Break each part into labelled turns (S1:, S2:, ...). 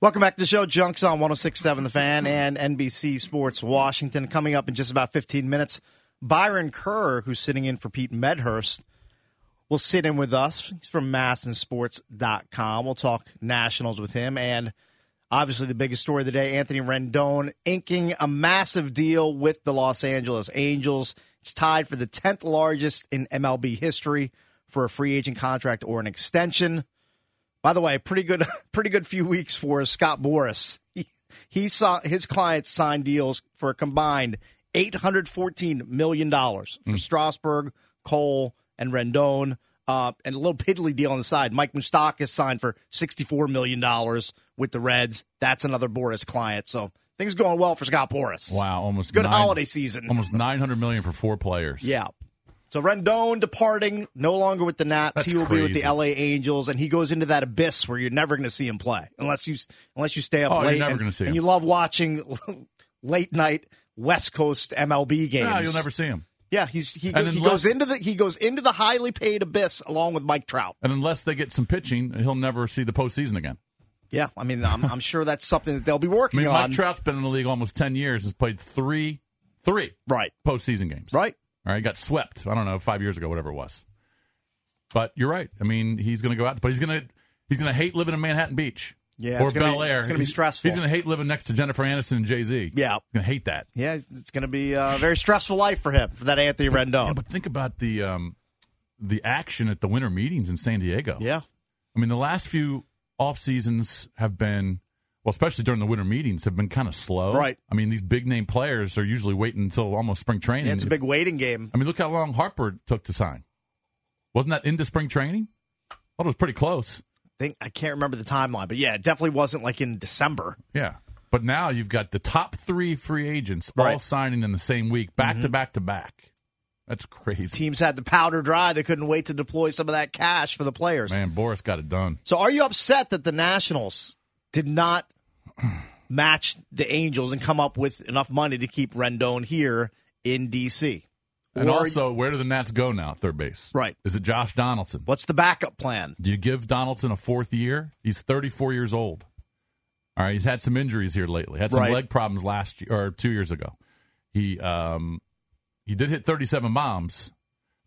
S1: Welcome back to the show. Junks on 1067 The Fan and NBC Sports Washington. Coming up in just about 15 minutes, Byron Kerr, who's sitting in for Pete Medhurst, will sit in with us. He's from massinsports.com. We'll talk nationals with him. And obviously, the biggest story of the day Anthony Rendon inking a massive deal with the Los Angeles Angels. It's tied for the 10th largest in MLB history for a free agent contract or an extension. By the way, pretty good, pretty good few weeks for Scott Boris. He, he saw his clients sign deals for a combined eight hundred fourteen million dollars
S2: Hmm.
S1: for Strasburg, Cole, and Rendon, uh, and a little piddly deal on the side. Mike Moustakas signed for sixty four million dollars with the Reds. That's another Boris client. So things going well for Scott Boris.
S2: Wow, almost
S1: Good
S2: nine-
S1: holiday season.
S2: Almost nine hundred million for four players.
S1: Yeah. So Rendon departing, no longer with the Nats.
S2: That's
S1: he will be with the
S2: crazy.
S1: LA Angels, and he goes into that abyss where you're never going to see him play unless you unless you stay up
S2: Oh, you're
S1: late.
S2: never
S1: and,
S2: gonna see
S1: and
S2: him.
S1: you love watching late night West Coast MLB games.
S2: No, you'll never see him.
S1: Yeah, he's he,
S2: And
S1: he
S2: unless-
S1: goes into the he goes into the highly paid abyss along with Mike Trout.
S2: And unless they get some pitching, he'll never see the postseason again.
S1: Yeah, I mean, I'm, I'm sure that's something that they'll be working
S2: I mean,
S1: on.
S2: Mike Trout's been in the league almost ten years. Has played three, three
S1: right,
S2: postseason games.
S1: right.
S2: All right, got swept. I don't know, five years ago, whatever it was. But you're right. I mean, he's going to go out, but he's going to he's going to hate living in Manhattan Beach.
S1: Yeah,
S2: or
S1: it's gonna be-
S2: Bel Air.
S1: it's gonna be
S2: He's-
S1: stressful.
S2: He's going to hate living next to Jennifer Aniston and Jay Z.
S1: Yeah.
S2: going to hate that.
S1: Yeah, it's, it's going to be a very stressful life for him for that Anthony Rendon.
S2: Yeah, but think about the um, the action at the winter meetings in San Diego.
S1: yeah,
S2: I mean, the last few off seasons have been, well, especially during the winter meetings, have been kind of slow.
S1: Right.
S2: I mean, these big name players are usually waiting until almost spring training.
S1: yeah it's a big waiting game.
S2: I mean, look how long Harper took to sign. Wasn't that into spring training? Well, it was pretty close.
S1: think I can't remember the timeline, but yeah, it definitely wasn't like in December.
S2: Yeah. But now you've got the top three free agents all
S1: Right. Mm-hmm.
S2: signing in the same week, back to back to back. That's crazy.
S1: Teams had the powder dry; they couldn't wait to deploy some of that cash for the players.
S2: Man, Boris got it done.
S1: So, are you upset that the Nationals did not match the Angels and come up with enough money to keep Rendon here in DC?
S2: And
S1: Or-
S2: also, where do the Nats go now at third base?
S1: Right.
S2: Is it Josh Donaldson?
S1: what's the backup plan?
S2: Do you give Donaldson a fourth year? He's 34 years old. All right, he's had some injuries here lately. Had some
S1: Right.
S2: leg problems last year or two years ago. He um he did hit 37 bombs,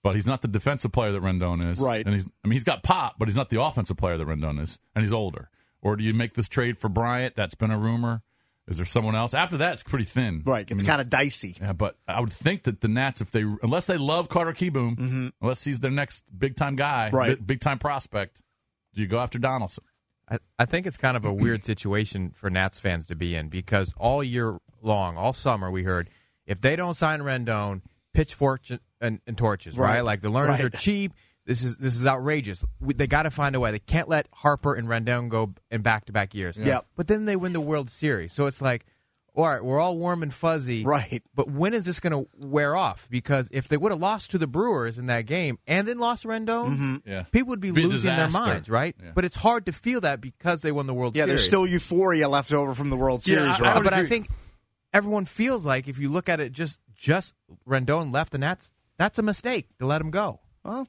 S2: but he's not the defensive player that Rendon is.
S1: Right.
S2: and he's I mean he's got pop, but he's not the offensive player that Rendon is, and he's older. Or do you make this trade for Bryant? That's been a rumor. Is there someone else after that? It's pretty thin.
S1: Right,
S2: I
S1: it's
S2: mean,
S1: kind of dicey.
S2: yeah, but I would think that the Nats, if they unless they love Carter Keyboom, unless he's their next big time guy,
S1: Right.
S2: big time prospect, do you go after Donaldson?
S3: I, I think it's kind of a weird situation for Nats fans to be in because all year long, all summer, we heard if they don't sign Rendon, pitchforks and, and torches, right?
S1: Right.
S3: Like the learners
S1: Right.
S3: are cheap. This is this is outrageous. We, they got to find a way. They can't let Harper and Rendon go in back to back years.
S1: Yep.
S3: But then they win the World Series, so it's like, all right, we're all warm and fuzzy,
S1: Right.
S3: But when is this going to wear off? Because if they would have lost to the Brewers in that game and then lost Rendon,
S1: Mm-hmm.
S2: Yeah.
S3: people would be,
S2: Be a
S3: losing their
S2: disaster.
S3: minds, right?
S2: Yeah.
S3: But it's hard to feel that because they won the World
S1: Yeah,
S3: Series.
S1: there's still euphoria left over from the World
S2: Yeah,
S1: Series,
S2: I- I
S1: right?
S2: would
S3: but I
S2: agree.
S3: think everyone feels like if you look at it, just just Rendon left, and that's that's a mistake to let him go.
S1: Well,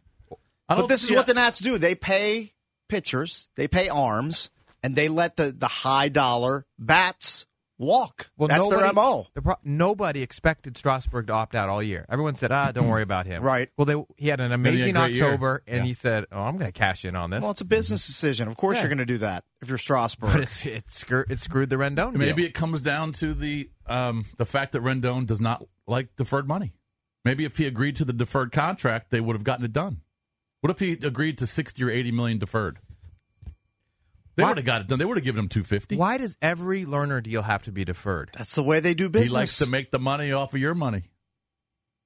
S2: I
S1: But this is
S2: yeah.
S1: what the Nats do. They pay pitchers, they pay arms, and they let the, the high dollar bats walk. That's their MO.
S3: the pro- nobody expected Strasburg to opt out all year. Everyone said, "Ah, don't worry about him."
S1: Right.
S3: Well, they he had an
S2: he had a
S3: amazing
S2: great year.
S3: October, and
S2: Yeah.
S3: he said, "Oh, I'm going to cash in on this."
S1: Well, it's a business decision. Of course
S3: Yeah.
S1: you're going to do that if you're
S3: but
S1: Strasburg.
S3: it's, it, screw, it screwed the Rendon. deal.
S2: Maybe it comes down to the um, the fact that Rendon does not like deferred money. Maybe if he agreed to the deferred contract, they would have gotten it done. What if he agreed to sixty or eighty million deferred? They
S3: Why-
S2: would have got it done. They would have given him two fifty.
S3: Why does every learner deal have to be deferred?
S1: That's the way they do
S2: He
S1: business.
S2: likes to make the money off of your money.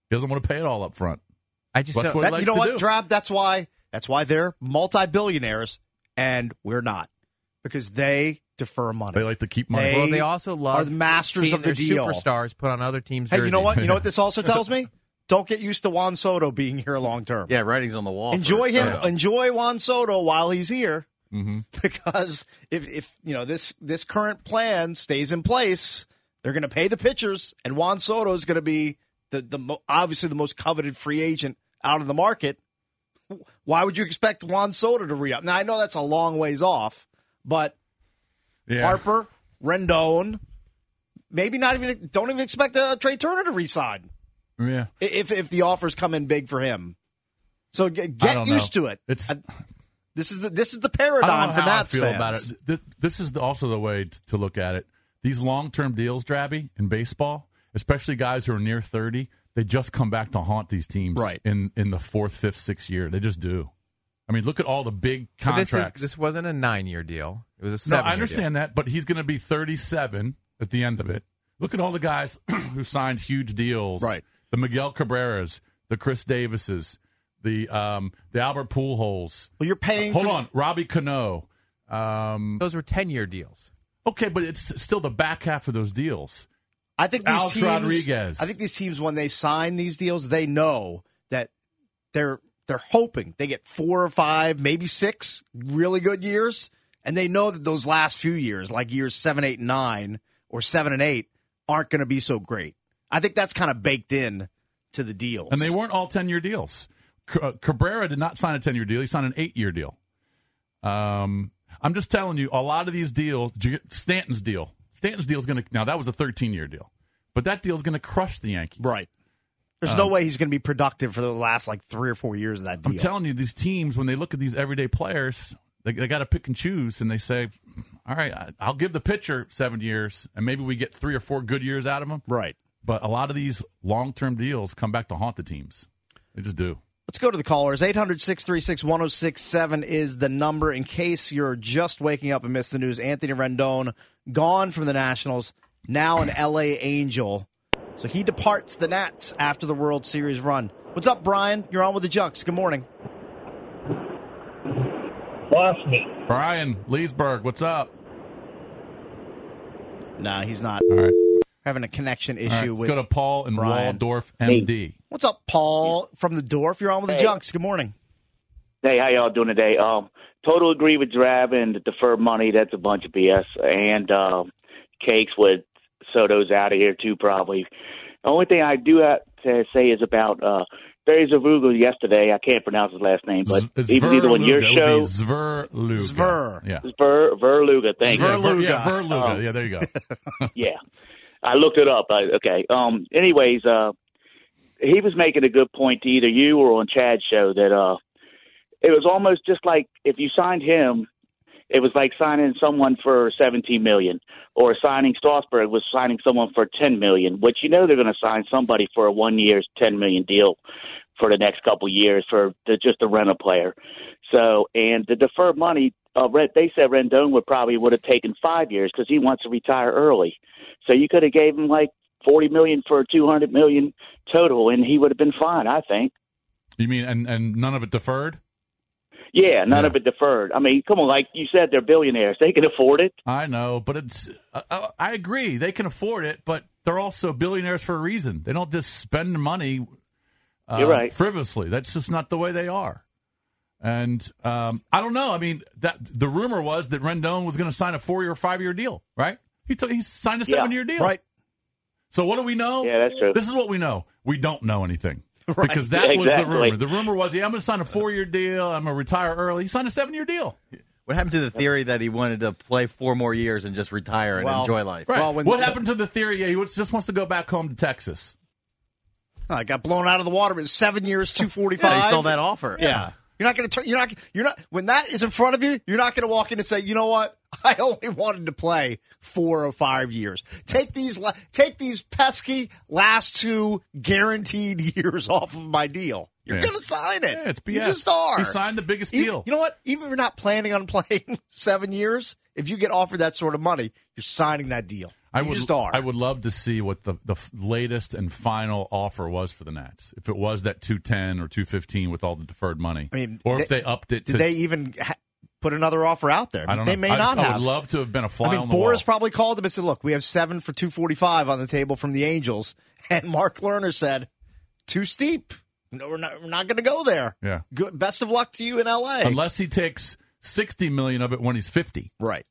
S2: He doesn't want to pay it all up front.
S3: I just
S2: That's
S3: don't,
S2: what-
S1: That,
S2: likes
S1: you know
S2: to
S1: what,
S2: do.
S1: Drab? That's why. That's why they're multi-billionaires and we're not, because they defer money.
S2: They like to keep money.
S1: They-
S3: well, they also love
S1: are the masters
S3: seeing
S1: of the
S3: their
S1: deal.
S3: superstars put on other teams.
S1: hey, you know
S3: jerseys.
S1: what? You know what this also tells me? Don't get used to Juan Soto being here long term.
S4: Yeah, writing's on the wall.
S1: Enjoy
S4: for-
S1: him.
S4: Yeah.
S1: Enjoy Juan Soto while he's here,
S4: Mm-hmm.
S1: because if if you know this this current plan stays in place, they're going to pay the pitchers, and Juan Soto is going to be the the mo- obviously the most coveted free agent out of the market. Why would you expect Juan Soto to re up? Now I know that's a long ways off, but
S2: Yeah.
S1: Harper, Rendon, maybe not even don't even expect uh, Trey Turner to resign
S2: Yeah.
S1: i- if if the offers come in big for him. So g-
S2: I
S1: get
S2: don't
S1: used
S2: know.
S1: to it.
S2: It's-
S1: I- this is the this is the
S2: I don't
S1: paradigm
S2: know
S1: for
S2: how
S1: Nats
S2: I feel
S1: fans.
S2: about it. Th- This is the- also the way t- to look at it. These long-term deals, Drabby, in baseball, especially guys who are near thirty, they just come back to haunt these teams
S1: Right.
S2: in in the fourth, fifth, sixth year. They just do. I mean, look at all the big
S3: But
S2: contracts.
S3: This, is, this wasn't a nine-year deal. It was a
S2: No,
S3: seven.
S2: I understand that, but he's going to be 37 at the end of it. Look at all the guys who signed huge deals.
S1: Right.
S2: The Miguel Cabreras, the Chris Davises, the um, the Albert Pujols.
S1: Well, you're paying.
S2: Hold
S1: for,
S2: on, Robbie Cano. Um,
S3: Those were ten-year deals.
S2: okay, but it's still the back half of those deals.
S1: I think these
S2: Alex
S1: teams.
S2: Rodriguez.
S1: I think these teams when they sign these deals, they know that they're they're hoping they get four or five, maybe six really good years, and they know that those last few years, like years seven, eight, and nine, or seven and eight, aren't going to be so great. I think that's kind of baked in to the deals,
S2: And they weren't all 10 year deals. C- uh, Cabrera did not sign a 10 year deal. He signed an eight year deal. Um, I'm just telling you, a lot of these deals, J- Stanton's deal, Stanton's deal is going to, now that was a 13 year deal, but that deal is going to crush the Yankees.
S1: Right. There's no way he's going to be productive for the last like three or four years of that deal.
S2: Um, I'm telling you, these teams, when they look at these everyday players, they, they got to pick and choose and they say, all right, I- I'll give the pitcher seven years and maybe we get three or four good years out of him.
S1: right.
S2: But a lot of these long term deals come back to haunt the teams. They just do.
S1: Let's go to the callers. 800 636 1067 is the number in case you're just waking up and missed the news. Anthony Rendon gone from the Nationals, now an LA Angel. So he departs the Nats after the World Series run. What's up, Brian? You're on with the Junks. Good morning.
S5: Lost me.
S2: Brian Leesburg, what's up?
S1: Nah, he's not
S2: All right.
S1: having a connection
S2: All right,
S1: issue
S2: let's
S1: with.
S2: go to Paul and
S1: Brian.
S2: Waldorf, MD.
S1: What's up, Paul from the Dorf? You're on with the
S6: Hey.
S1: Junks. Good morning.
S6: Hey, how y'all doing today? Um, total agree with Drab and the deferred money. That's a bunch of BS. And um, cakes with Soto's out of here too, probably. The only thing I do have to say is about uh, Barry Zavugo yesterday. I can't pronounce his last name, but
S2: Z-
S6: he was either on your
S2: Zverluga. It
S6: show,
S2: would be Zverluga.
S1: Zver.
S2: Yeah.
S6: Ver, Verluga. Thank you.
S2: Yeah,
S1: Zverluga.
S2: Ver- Yeah, Verluga. yeah, there you go.
S6: yeah. I looked it up. I, okay. Um. Anyways, uh, he was making a good point to either you or on Chad's show that uh, it was almost just like if you signed him, it was like signing someone for seventeen million, or signing Strasburg was signing someone for ten million, which you know they're going to sign somebody for a one year's ten million deal for the next couple years for the, just to rent a player. So, and the deferred money, uh, Ren- they said Rendon would probably would have taken five years because he wants to retire early. So you could have gave him like forty million for two hundred million total, and he would have been fine, I think.
S2: You mean and, and none of it deferred?
S6: Yeah, none of
S2: Yeah.
S6: it deferred. I mean, come on, like you said, they're billionaires; they can afford it.
S2: I know, but it's. I- I, I agree. They can afford it, but they're also billionaires for a reason. They don't just spend money uh,
S6: You're right.
S2: frivolously. That's just not the way they are. And um, I don't know. I mean, that the rumor was that Rendon was going to sign a four year or five year deal, right? He took he signed a
S6: Yeah.
S2: seven year deal,
S1: Right.
S2: So what do we know?
S6: Yeah, that's true.
S2: This is what we know. We don't know anything.
S1: Right.
S2: Because that
S6: Yeah,
S2: was the
S6: exactly.
S2: rumor. The rumor was, yeah, I'm going to sign a four year deal. I'm going to retire early. He signed a seven year deal.
S4: What happened to the theory that he wanted to play four more years and just retire and
S1: Well,
S4: enjoy life?
S2: Right.
S1: Well, when-
S2: what happened to the theory? Yeah, he was- just wants to go back home to Texas.
S1: I got blown out of the water, but seven years, two forty
S4: Yeah,
S1: five.
S4: they sold that offer.
S1: Yeah. You're not going to turn. You're not. You're not. When that is in front of you, you're not going to walk in and say, "You know what? I only wanted to play four or five years. Take these. la- Take these pesky last two guaranteed years off of my deal. You're
S2: Yeah.
S1: going to sign it.
S2: Yeah, it's BS.
S1: You just are.
S2: He signed the biggest
S1: Even-
S2: deal.
S1: You know what? Even if you're not planning on playing seven years, if you get offered that sort of money, you're signing that deal.
S2: I
S1: You
S2: would,
S1: just are.
S2: I would love to see what the, the f- latest and final offer was for the Nats. If it was that 210 or 215 with all the deferred money.
S1: I mean,
S2: or if
S1: they-
S2: they upped it
S1: Did
S2: to.
S1: they even ha- put another offer out there?
S2: I don't
S1: they
S2: know.
S1: may
S2: I,
S1: not
S2: I
S1: have.
S2: would love to have been a fly
S1: I mean,
S2: on the
S1: Boris
S2: wall.
S1: probably called him and said, "Look, we have seven for two forty-five on the table from the Angels," and Mark Lerner said, "Too steep. No, we're not. We're not going to go there.
S2: Yeah.
S1: Good, best of luck to you in L.A.
S2: Unless he takes 60 million of it when he's 50.
S1: right."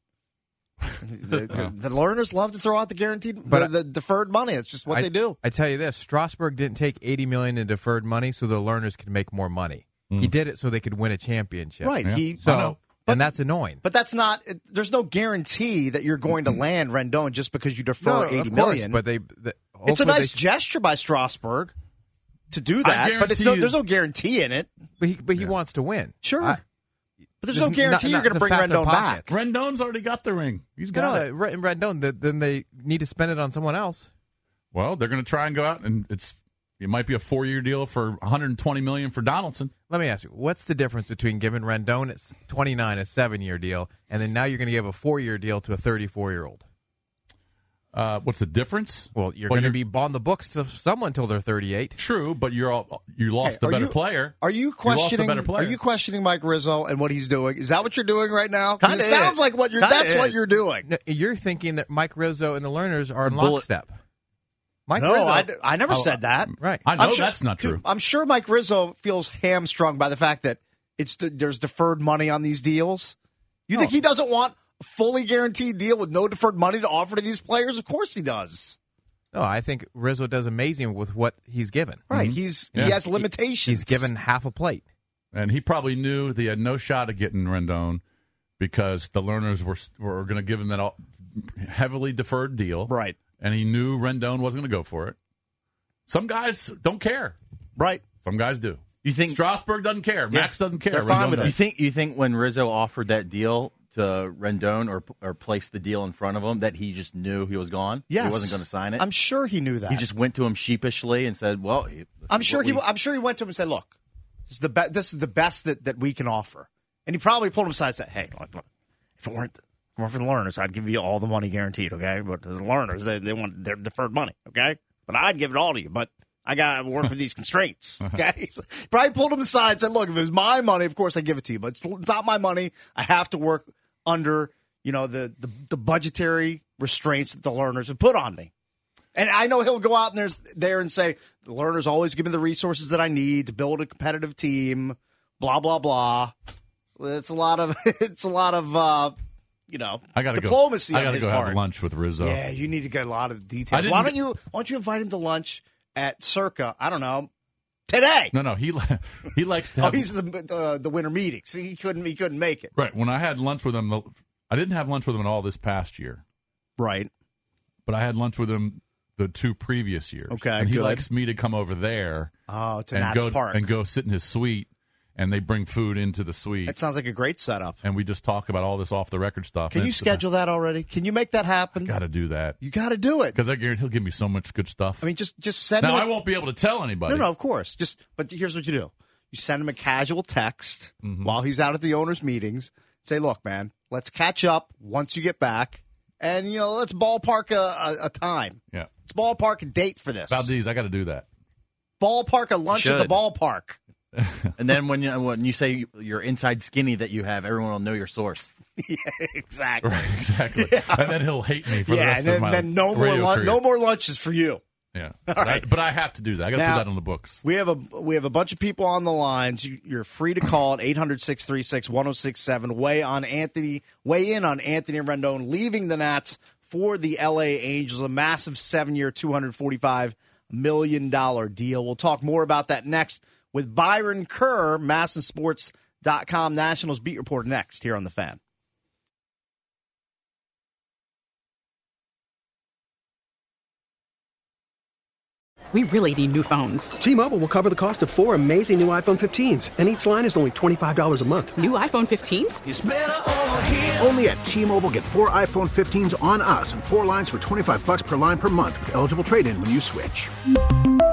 S1: the, the, the learners love to throw out the guaranteed,
S3: But I-
S1: the, the deferred money. It's just what
S3: I,
S1: they do.
S3: I tell you this: Strasburg didn't take eighty million in deferred money so the learners could make more money. He did it so they could win a championship.
S1: Right.
S2: Yeah.
S1: He,
S3: So,
S2: Mm. I know.
S3: and that's annoying.
S1: but that's not. It, there's no guarantee that you're going to land Rendon just because you defer
S3: No,
S1: eighty million.
S3: of course, but they. The,
S1: it's a
S3: hopefully they
S1: nice
S3: sh-
S1: gesture by Strasburg to do that, but it's no,
S2: guarantee you-
S1: there's no guarantee in it.
S3: But he, but he wants to win.
S1: Sure.
S3: I-
S1: But there's no
S3: Not-
S1: guarantee
S3: not
S1: you're going to
S3: the
S1: bring
S3: fat in the
S1: Rendon back.
S3: pocket.
S2: Rendon's already got the ring. He's
S3: you
S2: got
S3: know,
S2: it.
S3: Red, Red Dome, th- then they need to spend it on someone else.
S2: Well, they're going to try and go out, and it's it might be a four year deal for 120 million for Donaldson.
S3: Let me ask you, what's the difference between giving Rendon at s- 29 a seven year deal, and then now you're going to give a four year deal to a 34 year old?
S2: Uh, what's the difference?
S3: Well, you're going to be on the books to someone until they're 38.
S2: true, but you're all you
S1: Hey,
S2: lost the
S1: are
S2: better
S1: you-
S2: player.
S1: Are you
S2: lost the
S1: questioning?
S2: better player.
S1: Are you questioning Mike Rizzo and what he's doing? Is that what you're doing right now? 'Cause it
S4: Kinda
S1: sounds
S4: is.
S1: like what you're.
S4: Kinda
S1: that's what
S4: is.
S1: you're doing.
S3: No, you're thinking that Mike Rizzo and the learners are in
S4: Bullet-
S3: lockstep. Mike
S1: No,
S3: Rizzo, uh,
S1: I, I never
S2: Oh,
S1: said that.
S3: right?
S2: I know
S1: I'm sure-
S2: that's not true.
S1: I'm sure Mike Rizzo feels hamstrung by the fact that it's there's deferred money on these deals. You think he doesn't want a fully guaranteed deal with no deferred money to offer to these players? Of course he does.
S3: no, I think Rizzo does amazing with what he's given.
S1: Right?
S4: Mm-hmm.
S1: He's
S2: Yeah.
S1: he has limitations.
S3: He's given half a plate.
S2: and he probably knew that he had no shot at getting Rendon because the learners were were going to give him that all, heavily deferred deal,
S1: right,
S2: And he knew Rendon wasn't going to go for it. Some guys don't care.
S1: right.
S2: Some guys do.
S4: You think
S2: Strasburg doesn't care. Max doesn't care.
S1: they're fine
S2: Rendon
S1: with it.
S2: does.
S4: You think you think when Rizzo offered that deal to Rendon or or placed the deal in front of him that he just knew he was gone?
S1: Yes,
S4: he wasn't going to sign it.
S1: I'm sure he knew that.
S4: he just went to him sheepishly and said, "Well, he- this
S1: I'm
S4: is
S1: sure
S4: what
S1: he.
S4: we-
S1: I'm sure he went to him and said, "Look, this is the be- this is the best that, that we can offer." And he probably pulled him aside and said, "Hey, look, look, if it weren't if it weren't for the learners, I'd give you all the money guaranteed, okay? But the learners, they, they want their deferred money, okay? But I'd give it all to you, but." I got to work with these constraints. Okay. So he probably pulled him aside and said, Look, if it was my money, of course I give it to you, but it's, it's not my money. I have to work under, you know, the, the, the budgetary restraints that the learners have put on me. And I know he'll go out and there's there and say, the learners always give me the resources that I need to build a competitive team, blah, blah, blah. It's a lot of it's a lot of uh you know
S2: I gotta
S1: diplomacy
S2: go. I
S1: on
S2: gotta
S1: his
S2: go
S1: part.
S2: have lunch with Rizzo.
S1: Yeah, you need to get a lot of details.
S2: didn't
S1: Why
S2: get-
S1: don't you why don't you invite him to lunch at Circa, I don't know, today?
S2: No, no, he li- he likes to
S1: Oh,
S2: have.
S1: he's the, the the winter meeting. See, he couldn't he couldn't make it.
S2: right when I had lunch with him, the- I didn't have lunch with him at all this past year,
S1: Right.
S2: but I had lunch with him the two previous years.
S1: Okay,
S2: and he
S1: good.
S2: likes me to come over there
S1: Oh, to
S2: and
S1: Nats
S2: go
S1: Park.
S2: and go sit in his suite, and they bring food into the suite,
S1: That sounds like a great setup.
S2: and we just talk about all this off the record stuff.
S1: Can
S2: and
S1: you
S2: it's-
S1: schedule that already? Can you make that happen?
S2: Got to do that
S1: You got to do it.
S2: because I guarantee he'll give me so much good stuff.
S1: I mean, just just send
S2: now
S1: him.
S2: I
S1: a-
S2: won't be able to tell anybody.
S1: no, no, of course. Just but here's what you do: you send him a casual text
S2: Mm-hmm.
S1: while he's out at the owners' meetings. Say, look, man, let's catch up once you get back, and you know, let's ballpark a, a, a time.
S2: Yeah,
S1: Let's ballpark a date for this.
S2: about these, I got to do that.
S1: ballpark a lunch at the
S4: Should.
S1: ballpark.
S4: And then when you when you say your inside skinny that you have, everyone will know your source.
S1: exactly.
S2: Right, exactly. And then he'll hate me for the
S1: Yeah,
S2: rest
S1: and
S2: of
S1: then,
S2: my
S1: then no more
S2: radio
S1: lun-
S2: career.
S1: no more lunches for you.
S2: Yeah, but, I, but I have to do that. I got to
S1: Now-
S2: put that on the books.
S1: We have a we have a bunch of people on the lines. You, you're free to call at 800-636-1067. Weigh on Anthony. Weigh in on Anthony Rendon leaving the Nats for the L.A. Angels. A massive seven year, two hundred forty five million dollar deal. We'll talk more about that next with Byron Kerr, MassinSports.com Nationals beat reporter next here on the Fan.
S5: We really need new phones.
S7: T-Mobile will cover the cost of four amazing new iPhone 15s, and each line is only $25 a month.
S5: New iPhone 15s?
S8: Only at T-Mobile get four iPhone 15s on us and four lines for 25 bucks per line per month with eligible trade-in when you switch.
S9: Minimum